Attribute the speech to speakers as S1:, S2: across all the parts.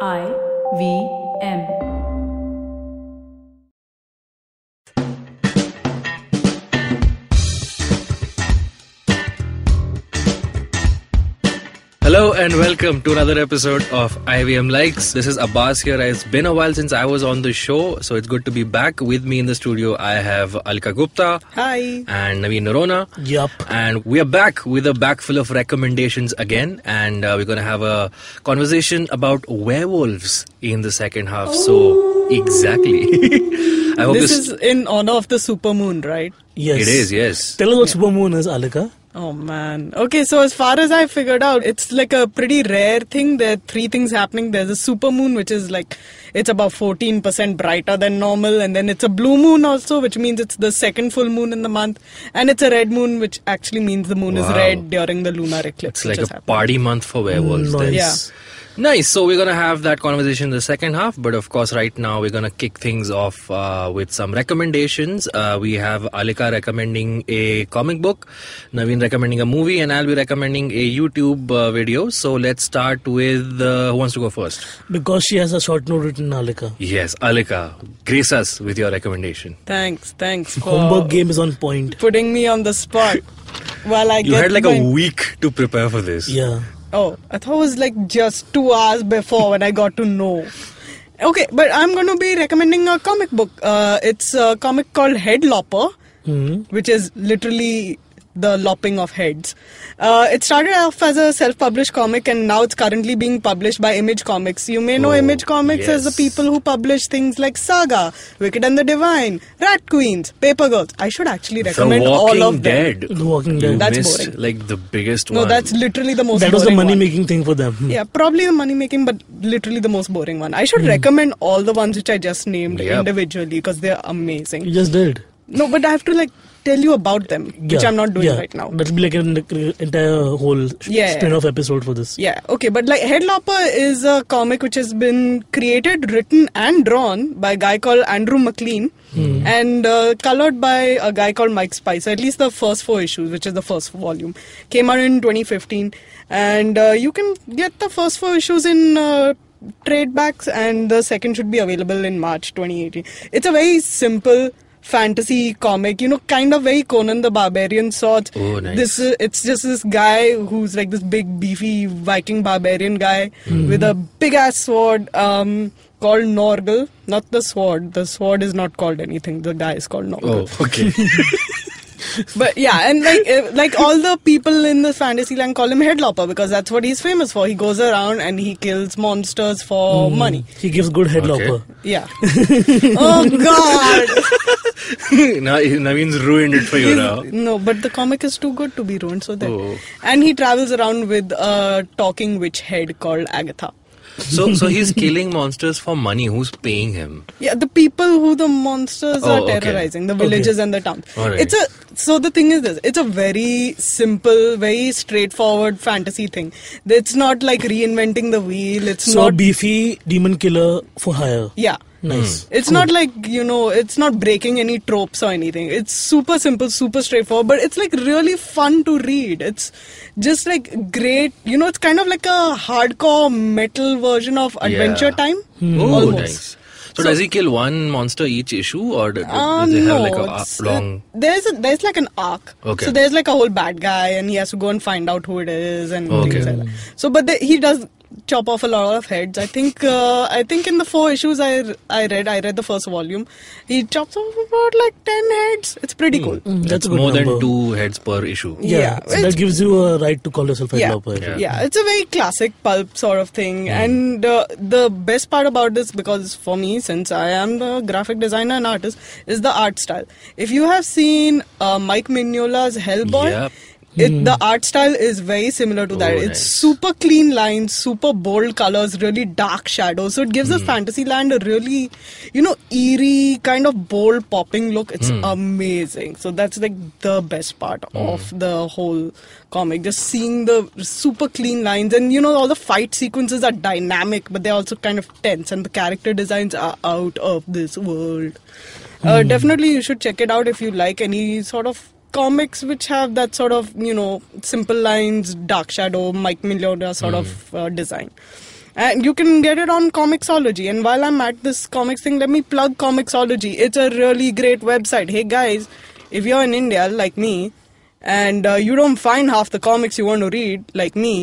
S1: I V M.
S2: Hello and welcome to another episode of IVM Likes. This is Abbas here. It's been a while since I was on the show, so it's good to be back. With me in the studio, I have Alka Gupta
S3: Hi.
S2: and Naveen Narona.
S3: Yup.
S2: And we are back with a bag full of recommendations again, and uh, we're going to have a conversation about werewolves in the second half. So, exactly. I hope
S3: This
S2: this
S3: is in honor of the supermoon, right?
S4: Yes.
S2: it is, yes.
S4: Tell us what supermoon is, Alika.
S3: Oh man. Okay, so as far as I figured out, it's like a pretty rare thing. There are three things happening. There's a supermoon, which is like it's about 14% brighter than normal, and then it's a blue moon also, which means it's the second full moon in the month, and it's a red moon, which actually means the moon is
S2: Wow.
S3: red during the lunar eclipse.
S2: It's
S3: which
S2: like a
S3: has happened.
S2: party month for werewolves.
S4: Nice.
S2: then.
S3: Mm, Yeah.
S2: Nice. So we're gonna have that conversation in the second half, but of course, right now we're gonna kick things off uh, with some recommendations. Uh, we have Alika recommending a comic book, Naveen recommending a movie, and I'll be recommending a YouTube uh, video. So let's start with uh, who wants to go first?
S4: Because she has a short note written, Alika.
S2: Yes, Alika, grace us with your recommendation.
S3: Thanks, thanks for
S4: Homework game is on point.
S3: putting me on the spot. While I
S2: You
S3: get
S2: had like
S3: my-
S2: a week to prepare for this.
S4: Yeah.
S3: Oh, I thought it was like just two hours before when I got to know. Okay, but I'm going to be recommending a comic book. Uh, it's a comic called Head Lopper,
S2: Hmm.
S3: which is literally the lopping of heads. Uh, it started off as a self published comic and now it's currently being published by Image Comics. You may know
S2: Oh,
S3: Image Comics as the
S2: yes.
S3: people who publish things like Saga, Wicked and the Divine, Rat Queens, Paper Girls. I should actually
S2: The
S3: recommend
S2: Walking
S3: all of them.
S2: Dead.
S4: The Walking
S2: You
S4: Dead.
S3: That's
S2: missed
S3: boring.
S2: like the biggest
S3: No,
S2: one.
S3: that's literally the most
S4: that was the
S3: boring
S4: money
S3: one.
S4: making thing for them.
S3: Yeah, probably the money making, but literally the most boring one. I should
S4: Hmm.
S3: recommend all the ones which I just named
S2: Yep.
S3: individually because they're amazing.
S4: You just did.
S3: No, but I have to like tell you about them, which
S4: Yeah.
S3: I'm not doing
S4: Yeah.
S3: right now.
S4: That'll be like an entire whole
S3: Yeah, yeah.
S4: spin off episode for this.
S3: Yeah, okay, but like Headlopper is a comic which has been created, written, and drawn by a guy called Andrew McLean
S2: Hmm.
S3: and uh, colored by a guy called Mike Spicer. At least the first four issues, which is the first volume, came out in 2015, and uh, you can get the first four issues in. Uh, trade backs and the second should be available in march 2018 it's a very simple fantasy comic you know kind of very conan the barbarian sort
S2: Oh, nice.
S3: this uh, it's just this guy who's like this big beefy Viking barbarian guy
S2: Hmm.
S3: with a big ass sword um, called Norgal. Not the sword. The sword is not called anything. The guy is called Norgal.
S2: Oh, okay.
S3: But yeah, and like uh, like all the people in the fantasy land call him Headlopper because that's what he's famous for. He goes around and he kills monsters for
S2: Hmm.
S3: money.
S4: Hmm. He gives good head
S2: Okay.
S4: lopper.
S3: Yeah. oh God.
S2: now, Naveen's ruined it for you now.
S3: He's- No, but the comic is too good to be ruined. So that,
S2: Oh.
S3: and he travels around with a talking witch head called Agatha.
S2: So, so he's killing monsters for money. Who's paying him?
S3: Yeah, the people who the monsters
S2: Oh,
S3: are
S2: okay.
S3: terrorizing, the villages and the towns.
S2: Alright.
S3: It's a so the thing is this: it's a very simple, very straightforward fantasy thing. It's not like reinventing the wheel. It's
S4: So
S3: not
S4: beefy demon killer for hire.
S3: yeah.
S4: Nice.
S2: Hmm.
S3: It's not like, you know, it's not breaking any tropes or anything. It's super simple, super straightforward, but it's like really fun to read. It's just like great, you know, it's kind of like a hardcore metal version of Adventure
S2: Yeah.
S3: Time.
S2: Oh,
S3: almost.
S2: nice. So, does he kill one monster each issue, or do, do they have like a
S3: Ah, Uh, it's- uh,
S2: a long? Hmm.
S3: There's a, there's like an arc.
S2: Okay.
S3: So there's like a whole bad guy, and he has to go and find out who it is, and
S2: Okay.
S3: things like that. So, but the, he does chop off a lot of heads. I think uh, I think in the four issues I r- I read, I read the first volume. He chops off about like ten heads. It's pretty
S2: Hmm.
S3: cool.
S4: Mm, that's,
S2: That's
S4: a good
S2: more
S4: number.
S2: than two heads per issue.
S3: Yeah,
S4: Yeah. so
S3: it's-
S4: that gives you a right to call yourself head
S3: Yeah.
S4: lopper.
S2: Yeah.
S3: yeah it's a very classic pulp sort of thing and uh, the best part about this because for me since i am the graphic designer and artist is the art style if you have seen uh, mike mignola's hellboy
S2: Yep.
S3: It, The art style is very similar to that.
S2: Oh,
S3: it's
S2: nice.
S3: super clean lines, super bold colors, really dark shadows. So it gives the fantasy land a really, you know, eerie kind of bold popping look. It's amazing. So that's like the best part of the whole comic. Just seeing the super clean lines and you know all the fight sequences are dynamic, but they're also kind of tense and the character designs are out of this world. Uh, definitely you should check it out if you like any sort of comics which have that sort of you know simple lines dark shadow mike mignota sort of uh, design And you can get it on Comixology. And while I'm at this comics thing, let me plug Comixology. It's a really great website. Hey guys, if you're in India like me and uh, you don't find half the comics you want to read like me,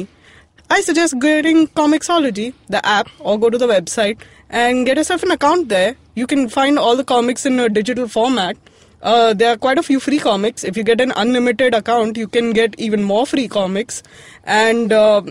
S3: I suggest getting Comixology, the app, or go to the website and get yourself an account there. You can find all the comics in a digital format. Uh, there are quite a few free comics. If you get an unlimited account, you can get even more free comics. And uh,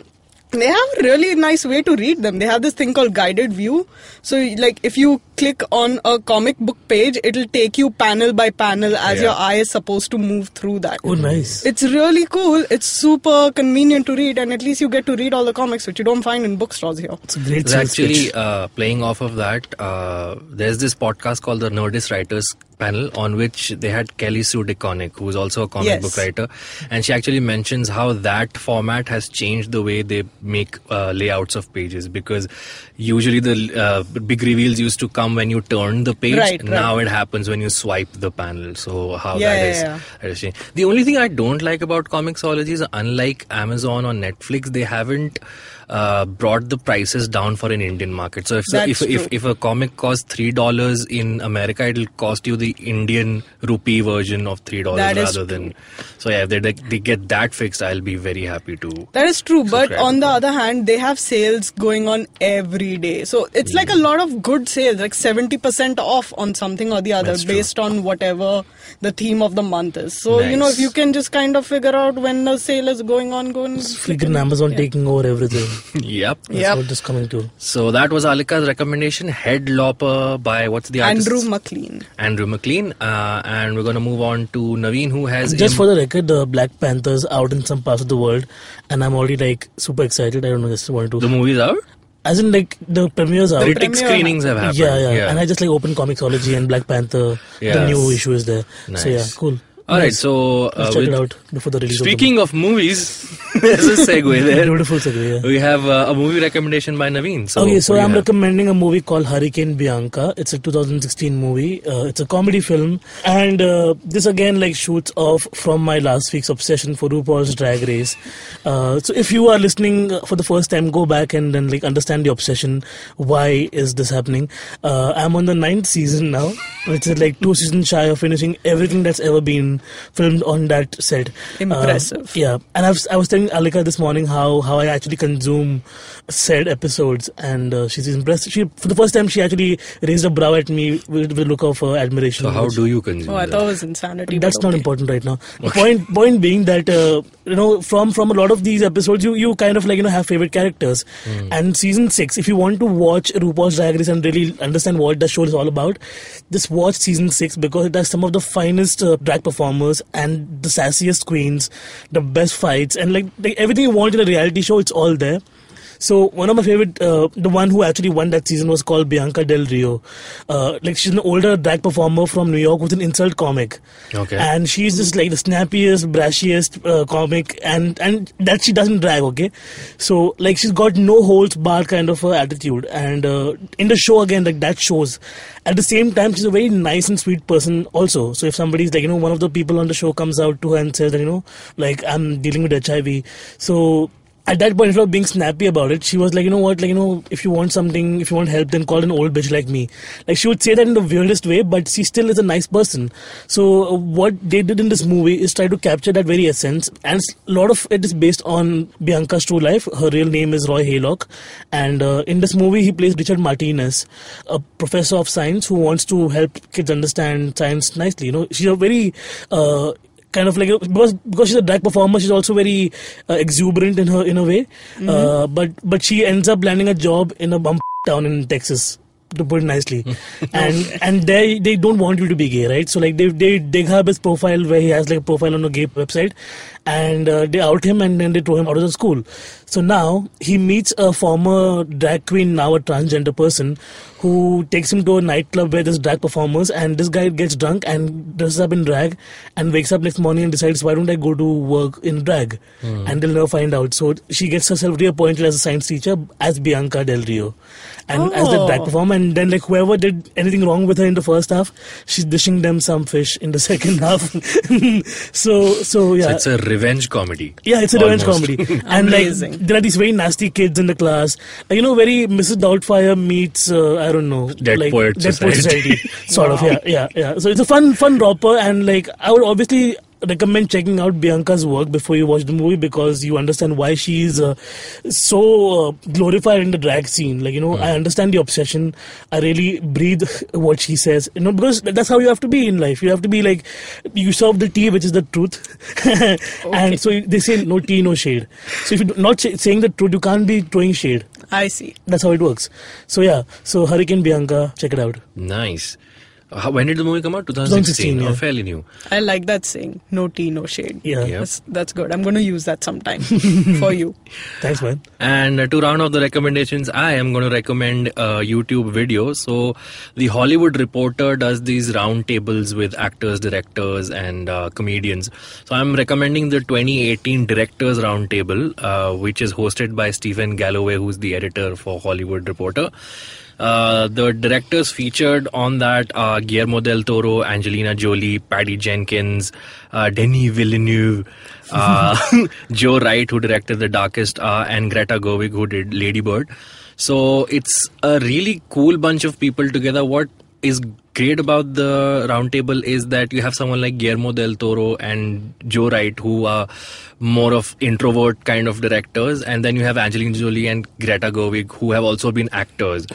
S3: they have a really nice way to read them. They have this thing called guided view. So, like, if you click on a comic book page, it'll take you panel by panel as
S2: Yeah.
S3: your eye is supposed to move through that.
S4: Oh, nice.
S3: It's really cool. It's super convenient to read, and at least you get to read all the comics which you don't find in bookstores here.
S4: It's a great
S2: It's
S4: sales
S2: actually
S4: pitch.
S2: uh, playing off of that. Uh, there's this podcast called the Nerdist Writers Panel on which they had Kelly Sue DeConnick, who is also a comic
S3: Yes.
S2: book writer, and she actually mentions how that format has changed the way they make uh, layouts of pages because usually the uh, big reveals used to come when you turn the page.
S3: Right, right.
S2: Now it happens when you swipe the panel. So how
S3: Yeah,
S2: that
S3: yeah,
S2: is.
S3: yeah.
S2: that is changed. The only thing I don't like about Comixology is unlike Amazon or Netflix, they haven't uh, brought the prices down for an Indian market. So if so
S3: That's
S2: if, if
S3: true.
S2: if a comic costs three dollars in America, it'll cost you the Indian rupee version of three dollars
S3: That is
S2: rather than. So yeah, if they they get that fixed, I'll be very happy to.
S3: That is true, but
S2: Subscribe.
S3: on the other hand, they have sales going on every day. So it's like a
S2: Mm.
S3: lot of good sales, like 70% off on something or the other
S2: That's true.
S3: based on whatever the theme of the month is. So, you know, if
S2: Nice.
S3: you can just kind of figure out when a sale is going on, go and.
S4: Freaking Amazon taking over everything.
S2: yep.
S4: That's
S3: Yep.
S4: what it's coming to.
S2: So that was Alika's recommendation, Head Lopper by what's the artist?
S3: Andrew McLean.
S2: Andrew McLean, uh, and we're gonna move on to Naveen, who has
S4: Just
S2: im-
S4: for the record, the Black Panther's out in some parts of the world, and I'm already like super excited. I don't know, just want to.
S2: the movies out.
S4: As in, like the premieres out.
S2: Critic
S3: premiere
S2: screenings have happened.
S4: Yeah, yeah, And I just like open Comixology and Black Panther.
S2: Yeah.
S4: The new issue is there.
S2: Nice.
S4: So yeah, cool.
S2: All right,
S4: Nice.
S2: so uh,
S4: Let's check
S2: with-
S4: it out before the release.
S2: speaking of movies, there's a segue
S4: of the movie.
S2: there.
S4: beautiful segue. Yeah.
S2: We have uh, a movie recommendation by Naveen. So
S4: okay,
S2: what
S4: so
S2: do you
S4: I'm
S2: have?
S4: recommending a movie called Hurricane Bianca. It's a 2016 movie. Uh, it's a comedy film, and uh, this again like shoots off from my last week's obsession for RuPaul's Drag Race. Uh, so if you are listening uh, for the first time, go back and then like understand the obsession. Why is this happening? Uh, I'm on the ninth season now, which is like two seasons shy of finishing everything that's ever been filmed on that set.
S3: Impressive.
S4: Uh, yeah, and I was, I was telling Alika this morning how, how I actually consume said episodes, and uh, she's impressed. She for the first time she actually raised a brow at me with, with a look of uh, admiration.
S2: So how
S4: which-
S2: do you consume?
S3: Oh, I
S2: that?
S3: thought it was insanity.
S4: that's
S3: but
S4: not
S3: okay.
S4: important right now. The Point point being that uh, you know from from a lot of these episodes you you kind of like you know have favorite characters, and season six if you want to watch RuPaul's Drag Race and really understand what the show is all about, just watch season six because it has some of the finest uh, drag performers and the sassiest queens, the best fights and like, like everything you want in a reality show it's all there. So one of my favorite, uh, the one who actually won that season was called Bianca Del Rio. Uh, like she's an older drag performer from New York with an insult comic.
S2: Okay.
S4: And she's just like the snappiest, brashiest uh, comic, and and that she doesn't drag. Okay. So like she's got no holds barred kind of uh, attitude, and uh, in the show again like that shows. At the same time, she's a very nice and sweet person also. So if somebody's like you know one of the people on the show comes out to her and says that you know like I'm dealing with HIV, so at that point, instead of being snappy about it, she was like, you know what, like, you know, if you want something, if you want help, then call an old bitch like me. Like, she would say that in the weirdest way, but she still is a nice person. So, uh, what they did in this movie is try to capture that very essence. And s- a lot of it is based on Bianca's true life. Her real name is Roy Haylock. And uh, in this movie, he plays Richard Martinez, a professor of science who wants to help kids understand science nicely. You know, she's a very, uh, kind of like because because she's a drag performer she's also very uh, exuberant in her in a way uh, but but she ends up landing a job in a bump town in texas to put it nicely and and they they don't want you to be gay right so like they they dig up his profile where he has like a profile on a gay website and uh, they out him and then they throw him out of the school so now he meets a former drag queen now a transgender person who takes him to a nightclub where there's drag performers and this guy gets drunk and dresses up in drag and wakes up next morning and decides why don't I go to work in drag
S2: Hmm.
S4: and they'll never find out so she gets herself reappointed as a science teacher as Bianca Del Rio and as the drag
S3: Oh.
S4: performer and then like whoever did anything wrong with her in the first half she's dishing them some fish in the second half so so yeah
S2: So it's a revenge comedy.
S4: Yeah, it's a
S2: Almost.
S4: revenge comedy. and
S3: Amazing.
S4: like there are these very nasty kids in the class. Uh, You know, very Mrs. Doubtfire meets uh, I don't know,
S2: Dead
S4: like
S2: Poet
S4: Dead Poet
S2: Society.
S4: Society, sort of. Yeah, yeah, yeah. So it's a fun, fun romper, and like I would obviously recommend checking out Bianca's work before you watch the movie because you understand why she's uh, so uh, glorified in the drag scene. Like you know, I understand the obsession. I really breathe what she says. You know, because that's how you have to be in life. You have to be like you serve the tea, which is the truth, and so they say no tea, no shade. So if you're not sh- saying the truth, you can't be throwing shade.
S3: I see.
S4: That's how it works. So yeah, so Hurricane Bianca, check it out.
S2: Nice. Uh, how- when did the movie come out? 2016.
S4: 2016, yeah.
S2: Oh, fairly new.
S3: I like that saying. No tea, no shade.
S4: Yeah.
S2: Yeah.
S3: That's, that's good. I'm going to use that sometime for you.
S4: Thanks, man.
S2: And uh, to round off the recommendations, I am going to recommend a YouTube video. So, the Hollywood Reporter does these roundtables with actors, directors, and uh, comedians. So, I'm recommending the 2018 Directors Roundtable, uh, which is hosted by Stephen Galloway, who's the editor for Hollywood Reporter. Uh, the directors featured on that are Guillermo del Toro, Angelina Jolie, Patty Jenkins, uh, Denis Villeneuve, uh, Joe Wright, who directed The Darkest Hour, and Greta Gerwig, who did Lady Bird. So it's a really cool bunch of people together. What is great about the roundtable is that you have someone like Guillermo del Toro and Joe Wright, who are more of introvert kind of directors, and then you have Angelina Jolie and Greta Gerwig, who have also been actors.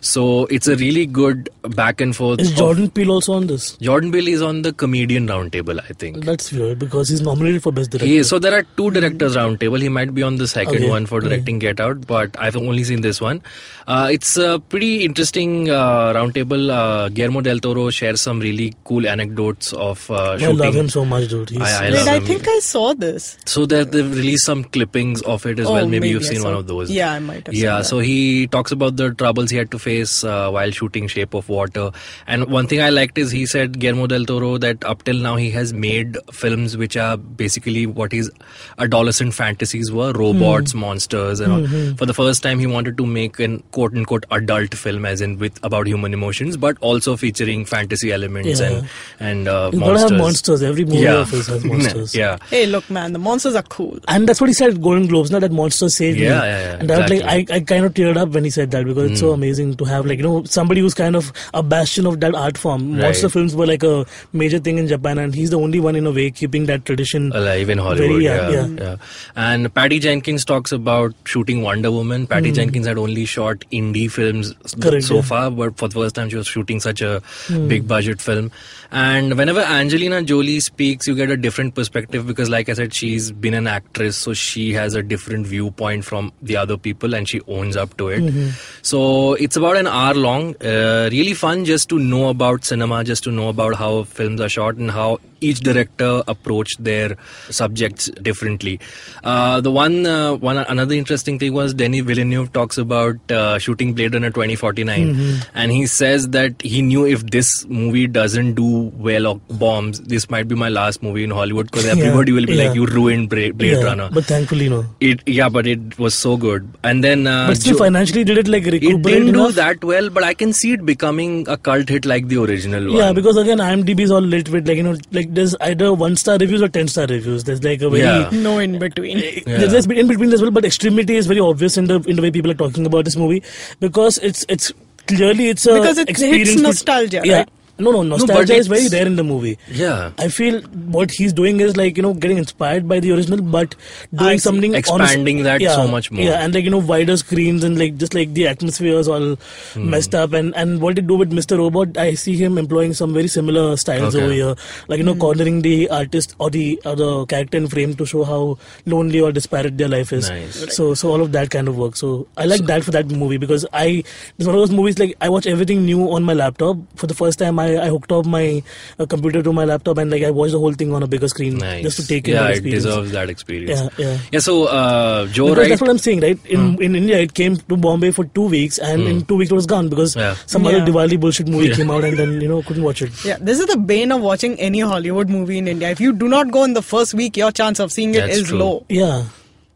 S2: So it's a really good back and forth.
S4: Hmm. Is
S2: of-
S4: Jordan Peele also on this?
S2: Jordan Peele is on the comedian roundtable, I think.
S4: That's weird because he's nominated for best director.
S2: He is. So there are two directors roundtable. He might be on the second
S4: Okay.
S2: one for directing Get Out, but I've only seen this one. Uh, it's a pretty interesting uh, roundtable. Uh, Guillermo del Toro shares some really cool anecdotes of uh,
S4: I
S2: shooting.
S4: love him so much, dude. He's,
S2: I- I
S3: Wait,
S2: love
S3: I
S2: him.
S3: think I saw this.
S2: So there they've released some clippings of it as
S3: Oh,
S2: well. Maybe,
S3: maybe
S2: you've
S3: I
S2: seen
S3: saw-
S2: one of those.
S3: Yeah, I might have seen
S2: Yeah.
S3: that.
S2: So he talks about the troubles he had to face uh, while shooting Shape of Water. And one thing I liked is he said Guillermo del Toro that up till now he has made films which are basically what his adolescent fantasies were: robots, monsters, and all. For the first time, he wanted to make an quote unquote adult film, as in with about human emotions, but also featuring fantasy elements
S4: Yeah.
S2: and and uh,
S4: you gotta
S2: monsters.
S4: have monsters. Every movie
S2: Yeah.
S4: of his has monsters.
S2: yeah.
S3: Hey, look, man, the monsters are cool.
S4: And that's what he said at Golden Globes, not that monsters saved me.
S2: Yeah, yeah, yeah,
S4: And I was like,
S2: exactly. Hmm.
S4: I, I kind of teared up when he said that because it's so amazing to have like you know somebody who's kind of a bastion of that art form. Monster
S2: Right.
S4: films were like a major thing in Japan, and he's the only one in a way keeping that tradition.
S2: alive in Hollywood.
S4: Very,
S2: yeah, yeah,
S4: yeah, yeah.
S2: And Patty Jenkins talks about shooting Wonder Woman. Patty Jenkins had only shot indie films
S4: Hmm. Correct,
S2: so
S4: yeah. Hmm.
S2: far, but for the first time she was shooting such a big budget film. And whenever Angelina Jolie speaks, you get a different perspective because, like I said, she's been an actress, so she has a different viewpoint from the other people, and she owns up to it.
S4: Mm-hmm.
S2: So it's about an hour long. Uh, really fun just to know about cinema, just to know about how films are shot and how each director approached their subjects differently. Uh, the one, uh, one another interesting thing was Denis Villeneuve talks about uh, shooting Blade Runner 2049,
S4: Mm-hmm.
S2: and he says that he knew if this movie doesn't do well or bombs, this might be my last movie in Hollywood because
S4: Yeah,
S2: everybody will be like,
S4: yeah.
S2: "You ruined Bra- Blade
S4: Yeah,
S2: Runner."
S4: But thankfully, no.
S2: it yeah, but it was so good. And then, uh,
S4: But still,
S2: Jo-
S4: financially, did it like recuperate
S2: it didn't do
S4: enough?
S2: that well, but I can see it becoming a cult hit like the original one.
S4: Yeah, because again, IMDb is all lit with like you know, like there's either one star reviews or ten star reviews. There's like a very eh,
S2: Yeah.
S3: No in between.
S4: there's, there's in between as well, but extremity is very obvious in the in the way people are talking about this movie because it's it's clearly it's a
S3: Because it hits
S4: experience with-
S3: nostalgia,
S4: Yeah,
S3: right?
S4: no, no,
S2: but
S4: nostalgia is very
S2: it's-
S4: rare in the movie.
S2: yeah,
S4: I feel what he's doing is like you know getting inspired by the original, but doing
S3: I see.
S4: something on-
S2: Expanding that
S4: yeah,
S2: so much more.
S4: Yeah, and like you know wider screens and like just like the atmosphere is all
S2: Hmm.
S4: messed up. And and what they do with Mr. Robot, I see him employing some very similar styles
S2: Okay.
S4: over here, like you know cornering the artist or the or the character in frame to show how lonely or disparate their life is.
S2: Nice.
S4: So so all of that kind of work. So I like that for that movie because I it's one of those movies like I watch everything new on my laptop for the first time. I, I hooked up my uh, computer to my laptop and like I watched the whole thing on a bigger screen
S2: nice.
S4: just to take in
S2: yeah,
S4: that
S2: it
S4: experience.
S2: deserves that experience.
S4: Yeah, yeah.
S2: so uh, Joe
S4: Because
S2: Wright.
S4: that's what I'm saying, right? In
S2: Hmm.
S4: in India, it came to Bombay for two weeks, and in two weeks it was gone because
S2: Yeah.
S4: some
S3: Yeah.
S4: other Diwali bullshit movie came out, and then you know couldn't watch it.
S3: Yeah, this is the bane of watching any Hollywood movie in India. If you do not go in the first week, your chance of seeing it is
S2: That's true.
S3: low,
S4: Yeah,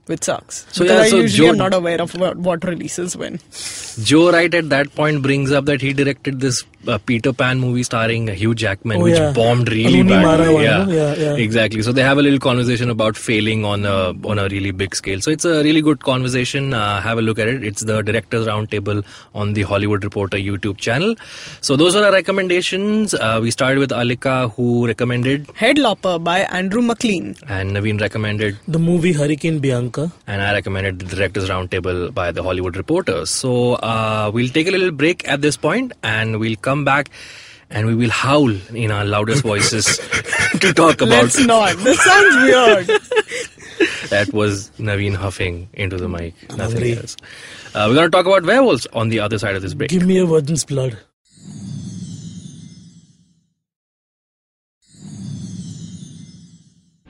S3: which sucks.
S2: So,
S3: So
S2: yeah,
S3: I
S2: so
S3: usually am
S2: Joe-
S3: not aware of what, what releases when.
S2: Joe Wright at that point brings up that he directed this uh, Peter Pan movie starring Hugh Jackman,
S4: Oh,
S2: which
S4: yeah.
S2: bombed really
S4: Rooney
S2: badly.
S4: Mara one, no? Yeah, yeah.
S2: exactly. So they have a little conversation about failing on a on a really big scale. So it's a really good conversation. Uh, have a look at it. It's the Directors Roundtable on the Hollywood Reporter YouTube channel. So those are our recommendations. Uh, we started with Alika, who recommended,
S3: Head Lopper by Andrew McLean.
S2: and Naveen recommended.
S4: The movie Hurricane Bianca.
S2: and I recommended the Directors Roundtable by the Hollywood Reporter. So uh, we'll take a little break at this point and we'll come back and we will howl in our loudest voices to talk about.
S3: Let's not. This sounds weird.
S2: That was Naveen huffing into the mic. Nothing
S4: Hungry.
S2: else. Uh, we're going to talk about werewolves on the other side of this break.
S4: Give me a virgin's blood.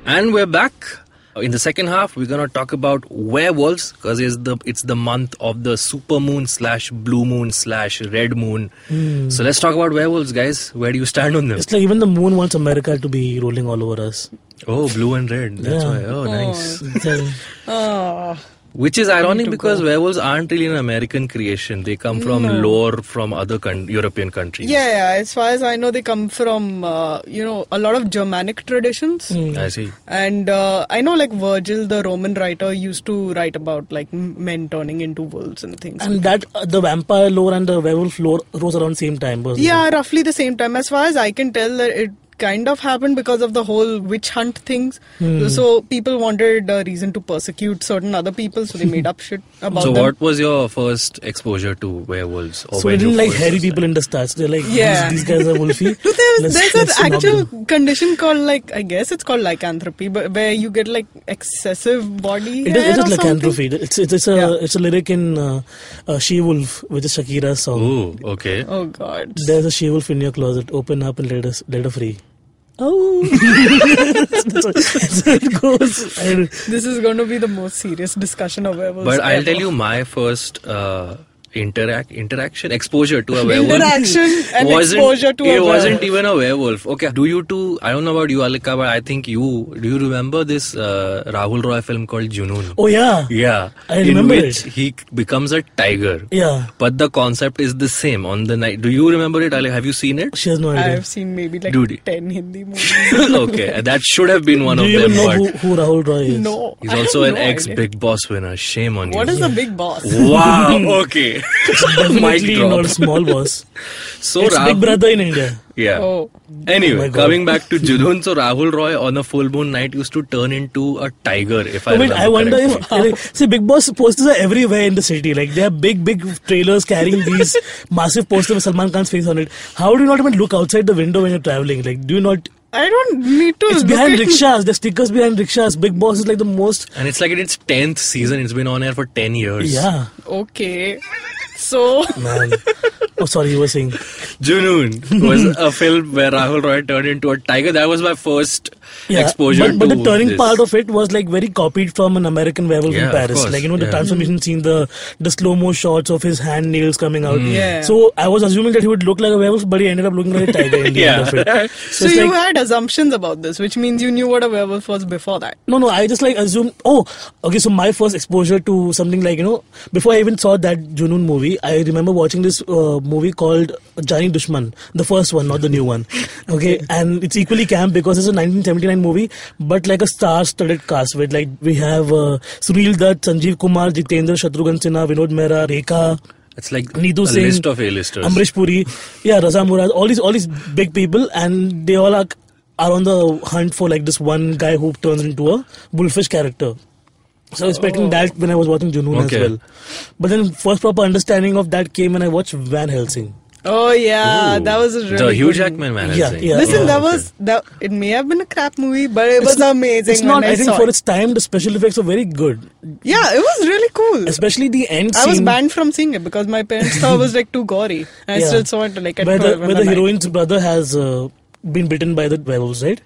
S2: And we're back. In the second half, we're gonna talk about werewolves because it's the it's the month of the super moon slash blue moon slash red moon. So let's talk about werewolves, guys. Where do you stand on them?
S4: It's like even the moon wants America to be rolling all over us.
S2: Oh, blue and red. That's
S4: Yeah.
S2: why. Oh, nice.
S4: It's a-
S3: Oh.
S2: Which is ironic because werewolves aren't really an American creation. They come from lore from other con- European countries.
S3: Yeah, yeah, as far as I know, they come from, uh, you know, a lot of Germanic traditions.
S4: Hmm.
S2: I see.
S3: And uh, I know, like Virgil, the Roman writer, used to write about like m- men turning into wolves and things.
S4: and that uh, the vampire lore and the werewolf lore rose around same time. wasn't it?
S3: yeah, roughly the same time. As far as I can tell, that it kind of happened because of the whole witch hunt things.
S4: Hmm.
S3: So people wanted a reason to persecute certain other people, so they made up shit about
S2: So,
S3: them.
S2: what was your first exposure to werewolves? Or
S4: So they
S2: when you
S4: didn't like
S2: first-
S4: hairy people in the stars. They're like, these-
S3: Yeah.
S4: these, guys are wolfy.
S3: No, there's,
S4: Let's-
S3: there's
S4: let's
S3: an
S4: knock
S3: actual
S4: them.
S3: condition called like I guess it's called lycanthropy, but where you get like excessive body
S4: It
S3: hair
S4: is, it
S3: or
S4: is lycanthropy.
S3: something.
S4: It's, it's, it's, a,
S3: Yeah.
S4: it's a lyric in uh, uh, She Wolf, which is Shakira's song.
S2: Oh, okay.
S3: Oh god.
S4: There's a she wolf in your closet. Open up and let us let her free. Oh, so, so it goes. And
S3: This is going to be the most serious discussion of werewolves.
S2: But I'll
S3: ever.
S2: tell you my first uh, interact interaction exposure to a werewolf.
S3: Interaction and
S2: wasn't,
S3: exposure to
S2: it
S3: a
S2: wasn't
S3: werewolf.
S2: even a werewolf. Okay, do you two? I don't know about you, Alika, but I think you do. You remember this uh, Rahul Roy film called Junoon?
S4: oh yeah,
S2: Yeah,
S4: I remember
S2: in which
S4: it.
S2: he becomes a tiger.
S4: yeah.
S2: But the concept is the same on the night. Do you remember it, Ali? Have you seen it?
S4: She has no idea.
S3: I've seen maybe like
S2: Dude.
S3: ten Hindi movies.
S2: okay, that should have been one
S4: Do
S2: of
S4: you
S2: them.
S4: even know
S2: but
S4: who, who Rahul Roy is?
S3: no.
S2: he's
S3: I
S2: also
S3: have
S2: an
S3: no
S2: ex
S3: idea.
S2: Big Boss winner. Shame on you.
S3: What is the big boss?
S2: Wow. Okay. Mic
S4: Definitely
S2: drop.
S4: not small boss.
S2: So
S4: it's Big
S2: Rahul-
S4: Brother in India.
S2: Yeah.
S3: Oh.
S2: Anyway,
S4: Oh my God.
S2: coming back to Junoon, so Rahul Roy on a full moon night used to turn into a tiger. If I
S4: I mean,
S2: remember
S4: I wonder
S2: correctly.
S4: if like, see, Big Boss posters are everywhere in the city. Like they have big, big trailers carrying these massive posters with Salman Khan's face on it. How do you not even look outside the window when you're traveling? Like, do you not?
S3: I don't need to
S4: It's
S3: look
S4: behind
S3: at-
S4: rickshaws. The stickers behind rickshaws. Big Boss is like the most.
S2: and it's like in its tenth season. It's been on air for ten years.
S4: Yeah,
S3: Okay. So
S4: man. oh, sorry, you were saying.
S2: Junoon was a film where Rahul Roy turned into a tiger. That was my first
S4: Yeah,
S2: exposure.
S4: but, but
S2: to
S4: the turning
S2: this.
S4: part of it was like very copied from an American werewolf
S2: Yeah,
S4: in
S2: of
S4: Paris.
S2: course,
S4: like you know the
S2: yeah.
S4: transformation
S3: Mm.
S4: scene, the the slow mo shots of his hand nails coming out.
S3: Mm.
S2: Mm.
S3: Yeah.
S4: So I was assuming that he would look like a werewolf, but he ended up looking like a tiger in the end
S2: Yeah.
S4: of it.
S3: so,
S4: it's
S3: you
S4: like,
S3: had assumptions about this, which means you knew what a werewolf was before that.
S4: no, no, I just like assumed. Oh, okay. So my first exposure to something like you know, before I even saw that Junoon movie, I remember watching this uh, movie called Johnny Dushman, the first one, not the new one. Okay, and it's equally camp because it's a 1979 movie, but like a star-studded cast with like we have uh, Sunil Dutt, Sanjeev Kumar, Jitendra, Shatrughan Sinha, Vinod Mehra, Rekha.
S2: It's like
S4: Neetu
S2: a
S4: Singh,
S2: list of A-listers.
S4: Amrish Puri, yeah, Raza Murad, all these all these big people, and they all are are on the hunt for like this one guy who turns into a bullfish character. So I was expecting that when I was watching Junoon
S2: Oh. Okay.
S4: as well, but then first proper understanding of that came when I watched Van Helsing.
S3: Oh yeah,
S2: Ooh.
S3: that was a really
S2: the Hugh
S3: good movie.
S2: Jackman man. I
S4: Yeah,
S2: think.
S4: yeah.
S3: Listen,
S4: Oh,
S3: that
S2: okay.
S3: was that. It may have been a crap movie, but it was
S4: It's-
S3: amazing.
S4: It's not.
S3: when
S4: I,
S3: I,
S4: think
S3: saw
S4: for
S3: it.
S4: its time, the special effects are very good,
S3: Yeah, it was really cool.
S4: especially the end
S3: I
S4: scene.
S3: was banned from seeing it because my parents thought it was like too gory. And I
S4: Yeah.
S3: still saw it like at
S4: where the,
S3: 12 in
S4: where the
S3: night.
S4: heroine's brother has uh, been bitten by the werewolves, right?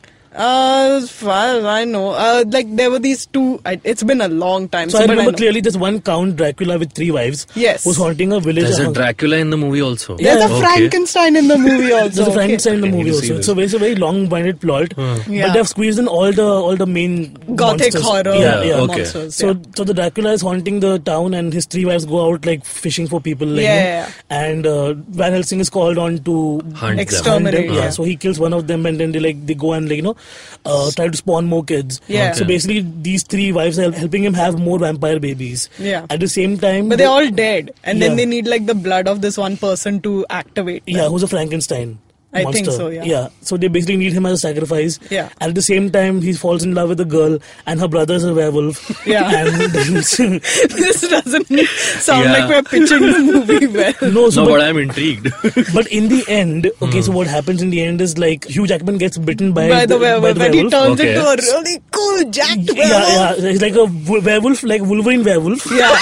S3: Uh, as far as I know, uh, like there were these two. I, it's been a long time.
S4: So I
S3: but
S4: remember
S3: know.
S4: clearly this one count Dracula with three wives.
S3: Yes.
S4: Who's haunting a village.
S2: There's a
S4: among-
S2: Dracula in the movie also.
S3: There's a
S2: Okay.
S3: Frankenstein in the movie also.
S4: There's a
S3: okay.
S4: Frankenstein in the
S2: Okay, I need
S4: movie
S2: to
S4: also.
S2: see Hmm.
S4: It's a, very- it's a very long-winded plot,
S3: Yeah.
S4: but they've squeezed in all the all the main
S3: Gothic
S4: monsters.
S3: horror uh,
S4: Yeah, yeah.
S2: okay.
S3: monsters.
S4: So,
S3: yeah.
S4: so the Dracula is haunting the town, and his three wives go out like fishing for people. Like,
S3: Yeah,
S4: you know,
S3: yeah,
S4: And uh, Van Helsing is called on to
S2: Hunt them.
S3: Exterminate,
S4: them. Yeah.
S3: yeah.
S4: So he kills one of them, and then they like they go and like you know uh, try to spawn more kids.
S3: Yeah.
S4: So basically, these three wives are helping him have more vampire babies.
S3: Yeah.
S4: At the same time,
S3: but
S4: they-
S3: they're all dead, and then
S4: Yeah.
S3: they need like the blood of this one person to activate. them.
S4: Yeah, who's a Frankenstein.
S3: I
S4: monster.
S3: think so, yeah.
S4: So they basically need him as a sacrifice.
S3: Yeah.
S4: And at the same time, he falls in love with a girl, and her brother's a werewolf.
S3: Yeah.
S4: And
S3: this doesn't sound
S2: Yeah.
S3: like we're pitching the movie well.
S4: no, so
S2: No,
S4: but,
S2: but I'm intrigued.
S4: but in the end, okay. So what happens in the end is like Hugh Jackman gets bitten by,
S3: By the
S4: by
S3: werewolf, and he
S4: werewolf.
S3: turns
S2: Okay.
S3: into a really cool jacked werewolf.
S4: Yeah, yeah, he's like a w- werewolf, like Wolverine werewolf.
S3: Yeah.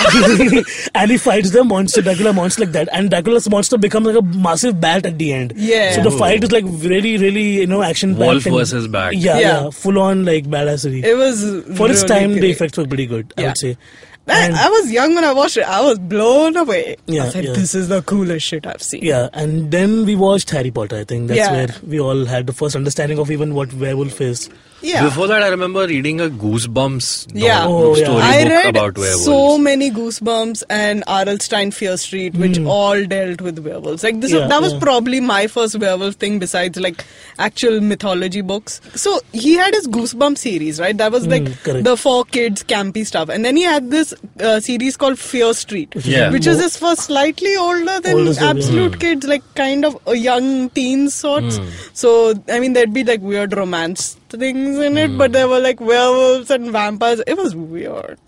S4: and he fights the monster, Dracula monster, like that. And Dracula's monster becomes like a massive bat at the end.
S3: Yeah.
S4: So the
S2: Ooh.
S4: fight is like really, really, you know, action packed.
S2: Wolf versus bat.
S4: Yeah,
S3: Yeah.
S4: yeah, full on like badassery.
S3: It was
S4: For its
S3: really
S4: time, the
S3: great.
S4: effects were pretty good, I
S3: Yeah.
S4: would say.
S3: I,
S4: And-
S3: I was young when I watched it. I was blown away.
S4: Yeah,
S3: I said,
S4: yeah.
S3: "This is the coolest shit I've seen."
S4: yeah, and then we watched Harry Potter. I think that's
S3: Yeah.
S4: where we all had the first understanding of even what werewolf is.
S3: yeah.
S2: Before that, I remember reading a Goosebumps no-
S3: Yeah.
S4: Oh, yeah.
S2: storybook
S3: I read
S2: about werewolves.
S3: so many Goosebumps and Arlstein Fear Street, which all dealt with werewolves. Like this,
S4: Hmm. Yeah,
S3: that was
S4: yeah.
S3: probably my first werewolf thing besides like actual mythology books. So he had his Goosebump series, right? That was like
S4: Hmm, correct.
S3: the for kids campy stuff, and then he had this uh, series called Fear Street,
S2: Yeah.
S3: which was his first slightly older than
S4: Older story,
S3: absolute kids, like kind of a young teen sorts.
S4: Hmm.
S3: So I mean, there'd be like weird romance things in it,
S4: Hmm.
S3: but there were like werewolves and vampires. It was weird,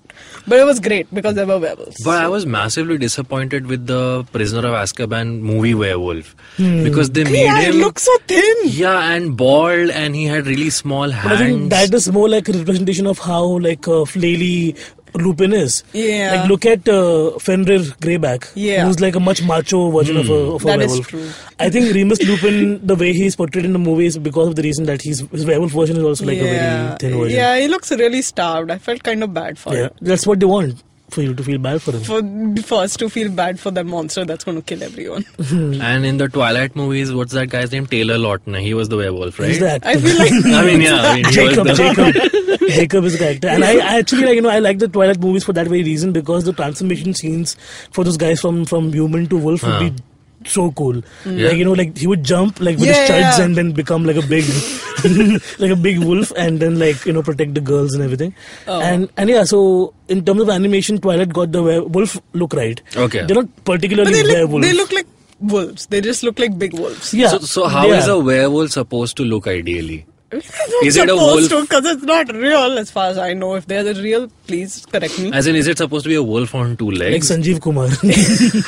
S3: but it was great because there were werewolves.
S2: But I was massively disappointed with the Prisoner of Azkaban movie werewolf
S4: Hmm.
S2: because they made
S3: yeah, it
S2: him
S3: looks so thin.
S2: yeah and bald and he had really small
S4: But I think
S2: hands.
S4: that is more like a representation of how like uh, flaily Lupin is.
S3: Yeah.
S4: Like look at uh, Fenrir Greyback.
S3: Yeah. Hmm.
S4: Who's like a much macho version of a of a
S3: That is
S4: werewolf.
S3: true.
S4: I think Remus Lupin, the way he's portrayed in the movie, is because of the reason that he's his werewolf version is also like a
S3: yeah,
S4: very thin version.
S3: yeah, he looks really starved. I felt kind of bad for
S4: Yeah.
S3: him.
S4: That's what they want for you to feel bad for him.
S3: For for us to feel bad for that monster that's going to kill everyone.
S2: and in the Twilight movies, what's that guy's name? Taylor Lautner. He was the werewolf, right?
S4: He's the actor.
S3: I feel like
S2: I mean, yeah, I mean, he was
S4: Jacob,
S2: the-
S4: Jacob, Jacob is the character, and I, I actually like you know I like the Twilight movies for that very reason because the transformation scenes for those guys from from human to wolf would be so cool.
S2: Mm.
S4: Like you know, like he would jump like with
S3: Yeah,
S4: his studs
S3: yeah.
S4: and then become like a big, like a big wolf, and then like you know protect the girls and everything.
S3: Oh.
S4: And and yeah, so in terms of animation, Twilight got the were- wolf look right.
S2: Okay.
S4: they're not particularly
S3: But they look,
S4: werewolves.
S3: they look like wolves. They just look like big wolves.
S4: yeah.
S2: So, so how
S4: they
S2: is
S4: are.
S2: a werewolf supposed to look ideally?
S3: Not
S2: Is it a
S3: supposed
S2: wolf?
S3: Because it's not real, as far as I know. If they're the real, please correct me.
S2: As in, is it supposed to be a wolf on two
S4: like
S2: legs?
S4: Sanjeev Kumar?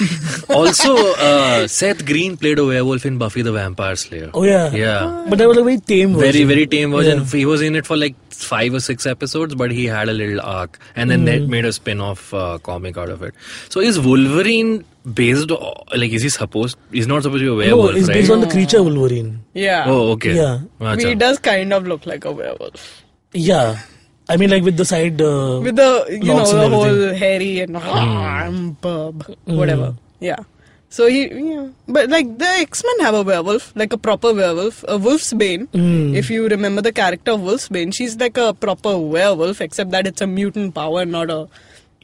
S2: also, uh, Seth Green played a werewolf in Buffy the Vampire Slayer.
S4: oh yeah,
S2: Yeah.
S4: But that was a very tame version.
S2: Very, very tame version.
S4: Yeah.
S2: He was in it for like five or six episodes, but he had a little arc. And then they
S4: Hmm.
S2: made a spin off uh, comic out of it. So is Wolverine based, o- like, is he supposed, he's not supposed to be a werewolf,
S4: no, it's
S2: right?
S4: based on the creature Wolverine.
S3: Yeah.
S2: Oh, okay.
S4: Yeah.
S2: Acha.
S3: He does kind of look like a werewolf.
S4: Yeah, I mean like with the side. Uh,
S3: With the, you
S4: Locks
S3: know, the
S4: and
S3: whole
S4: everything.
S3: hairy and arm burb, whatever. Yeah. So he, yeah. But like the X Men have a werewolf, like a proper werewolf, a wolf's bane. If you remember the character of wolf's bane, she's like a proper werewolf, except that it's a mutant power, not a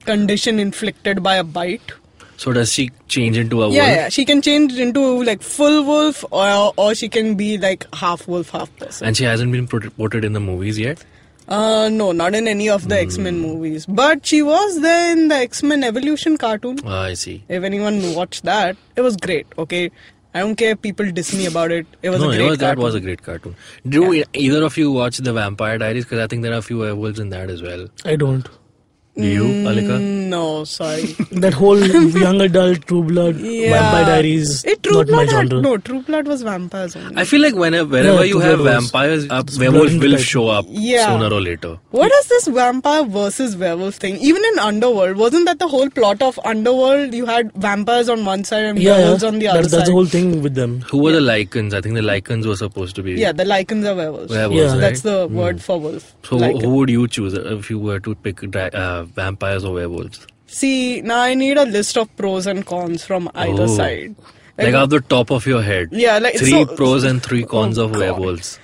S3: condition inflicted by a bite.
S2: So does she change into a
S3: Yeah,
S2: wolf?
S3: yeah, she can change into like full wolf, or or she can be like half wolf, half person.
S2: And she hasn't been pro- portrayed in the movies yet.
S3: Uh, no, not in any of the X
S4: Hmm.
S3: Men movies, but she was there in the X Men Evolution cartoon.
S2: Ah, I see.
S3: If anyone watched that, it was great. Okay, I don't care if people diss me about it. It was
S2: no,
S3: a
S2: it
S3: great
S2: was, that
S3: cartoon.
S2: was a great cartoon. Do e- either of you watch the Vampire Diaries? Because I think there are a few werewolves in that as well.
S4: I don't.
S2: Do you,
S3: Mm.
S2: Alika?
S3: No, sorry.
S4: That whole young adult, True Blood,
S3: Yeah.
S4: Vampire Diaries.
S3: It True
S4: not my
S3: Blood had,
S4: genre.
S3: no, True Blood was vampires only.
S2: I feel like whenever, whenever
S4: No,
S2: you
S4: True
S2: have
S4: Blood was-
S2: vampires, a
S4: it's
S2: werewolf
S4: blood
S2: will
S4: type.
S2: show up
S3: Yeah.
S2: sooner or later.
S3: What is this vampire versus werewolf thing? Even in Underworld, wasn't that the whole plot of Underworld? You had vampires on one side and
S4: yeah, yeah.
S3: werewolves on the other
S4: That- that's
S3: side.
S4: the whole thing with them.
S2: Who were the lycans? I think the lycans were supposed to be.
S3: yeah, the lichens are werewolves.
S2: Werewolves,
S4: Yeah. right? Hmm.
S3: That's the word for wolf.
S2: So
S3: Lycan.
S2: who would you choose if you were to pick dra- uh, vampires or werewolves?
S3: See, now I need a list of pros and cons from either
S2: Oh.
S3: side.
S2: Like, off the top of your head.
S3: Yeah, like,
S2: three
S3: so-
S2: pros and three cons
S3: Oh,
S2: of
S3: God.
S2: werewolves.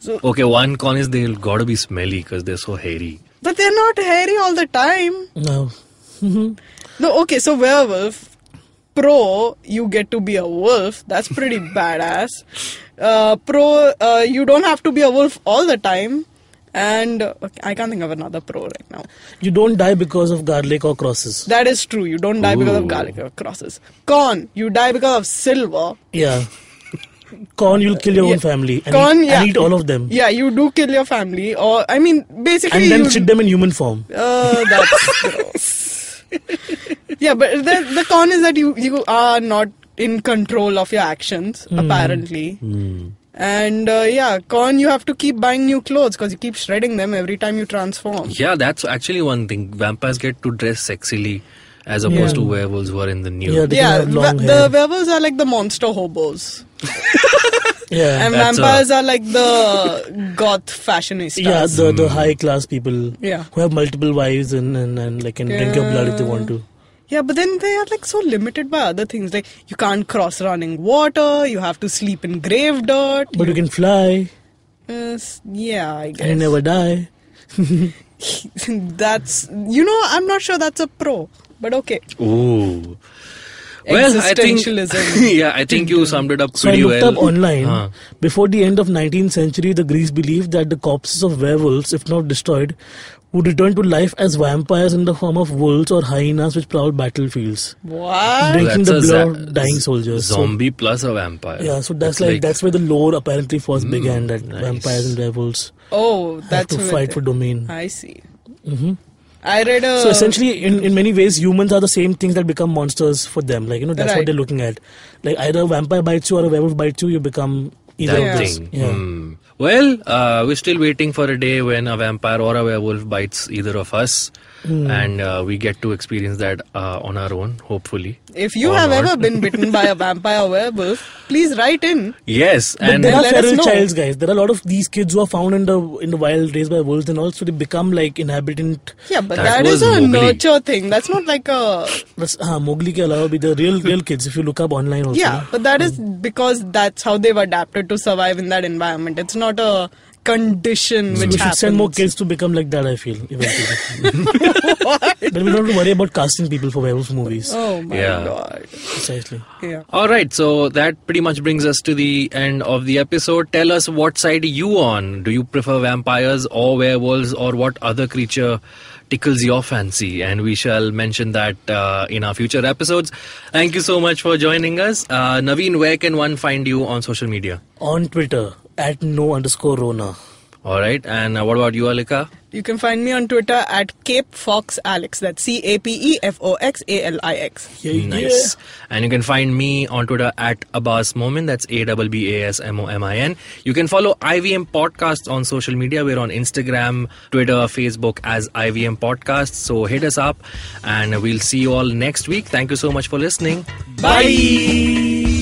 S3: So-
S2: okay, one con is they'll gotta be smelly because they're so hairy.
S3: but they're not hairy all the time.
S4: No.
S3: No, okay, so werewolf pro, you get to be a wolf. That's pretty badass. Uh, pro, uh, you don't have to be a wolf all the time. And uh, okay, I can't think of another pro right now.
S4: You don't die because of garlic or crosses.
S3: That is true. You don't die because
S2: Ooh.
S3: of garlic or crosses. Con, you die because of silver.
S4: Yeah. Corn, you'll kill your own family. And
S3: Con,
S4: eat,
S3: yeah.
S4: And eat all of them.
S3: Yeah, you do kill your family, or I mean, basically,
S4: And then
S3: you,
S4: shit them in human form.
S3: Uh, that's gross. yeah, but the, the con is that you, you are not in control of your actions,
S4: Hmm.
S3: apparently. And uh, yeah, con, you have to keep buying new clothes because you keep shredding them every time you transform.
S2: Yeah, that's actually one thing. Vampires get to dress sexily as opposed to werewolves who are in the nude.
S4: Yeah, they can
S3: yeah,
S4: have long
S3: the-
S4: hair.
S3: the werewolves are like the monster hobos,
S4: yeah.
S3: and
S2: That's a-
S3: vampires are like the goth fashionistas.
S4: yeah, the,
S2: Mm.
S4: the high class people
S3: Yeah.
S4: who have multiple wives and, and, and like can drink your blood if they want to.
S3: Yeah, but then they are like so limited by other things. Like you can't cross running water. You have to sleep in grave dirt.
S4: But you can fly
S3: Uh, s- yeah, I guess.
S4: and you never die.
S3: that's you know I'm not sure that's a pro, but okay.
S2: Ooh. Well, I think
S3: Existentialism.
S2: yeah, I think you summed it up
S4: So I
S2: pretty
S4: looked
S2: well.
S4: up online.
S2: Huh.
S4: Before the end of 19th century, the Greeks believed that the corpses of werewolves, if not destroyed, would return to life as vampires in the form of wolves or hyenas which prowl battlefields,
S3: What?
S4: drinking the
S2: That's a
S4: blood
S2: za-
S4: of dying soldiers. So-
S2: Zombie plus a vampire.
S4: yeah, so that's like, that's where the lore apparently
S2: Mm,
S4: first began. That vampires and werewolves
S3: Oh,
S4: have
S3: that's
S4: to
S3: what
S4: fight
S3: it-
S4: for domain. Mm-hmm.
S3: I see. I read a
S4: So essentially, in, in many ways, humans are the same things that become monsters for them. Like you know, that's what
S3: Right.
S4: they're looking at. Like either a vampire bites you or a werewolf bites you, you become either
S2: that
S4: of those.
S2: thing.
S4: Yeah.
S2: Hmm. Well, uh, we're still waiting for a day when a vampire or a werewolf bites either of us,
S4: Hmm.
S2: and uh, we get to experience that uh, on our own, hopefully.
S3: If
S4: Oh,
S3: you
S2: Or
S3: have
S2: not.
S3: ever been bitten by a vampire or werewolf, please write in.
S2: Yes,
S4: But
S2: and
S4: there
S3: then
S4: are
S3: let us
S4: feral
S3: know.
S4: childs, guys. There are a lot of these kids who are found in the in the wild, raised by wolves, and also they become like inhabitant.
S3: Yeah, but
S2: That
S3: that is a
S2: was Mowgli.
S3: nurture thing. That's not like a
S4: That's uh, Mowgli ke alawa be the real real kids. If you look up online, also. Mm.
S3: yeah. But that is because that's how they've adapted to survive in that environment. It's not a condition
S4: So
S3: which
S4: we should
S3: happens.
S4: send more kids to become like that. I feel eventually. then we don't have to worry about casting people for werewolf movies.
S3: Oh my
S2: Yeah.
S3: god!
S4: Precisely.
S3: Yeah.
S2: All right, so that pretty much brings us to the end of the episode. Tell us what side are you on. Do you prefer vampires or werewolves, or what other creature tickles your fancy? And we shall mention that uh, in our future episodes. Thank you so much for joining us, uh, Naveen. Where can one find you on social media?
S4: On Twitter at no underscore Rona.
S2: All right, and uh, what about you, Alika?
S3: You can find me on Twitter at Cape Fox Alex. That's C A P E F O X A L I X.
S4: Yeah,
S2: Nice. And you can find me on Twitter at Abbas Momin. That's A W B A S M O M I N. You can follow IVM Podcasts on social media. We're on Instagram, Twitter, Facebook as IVM Podcasts. So hit us up and we'll see you all next week. Thank you so much for listening.
S3: Bye.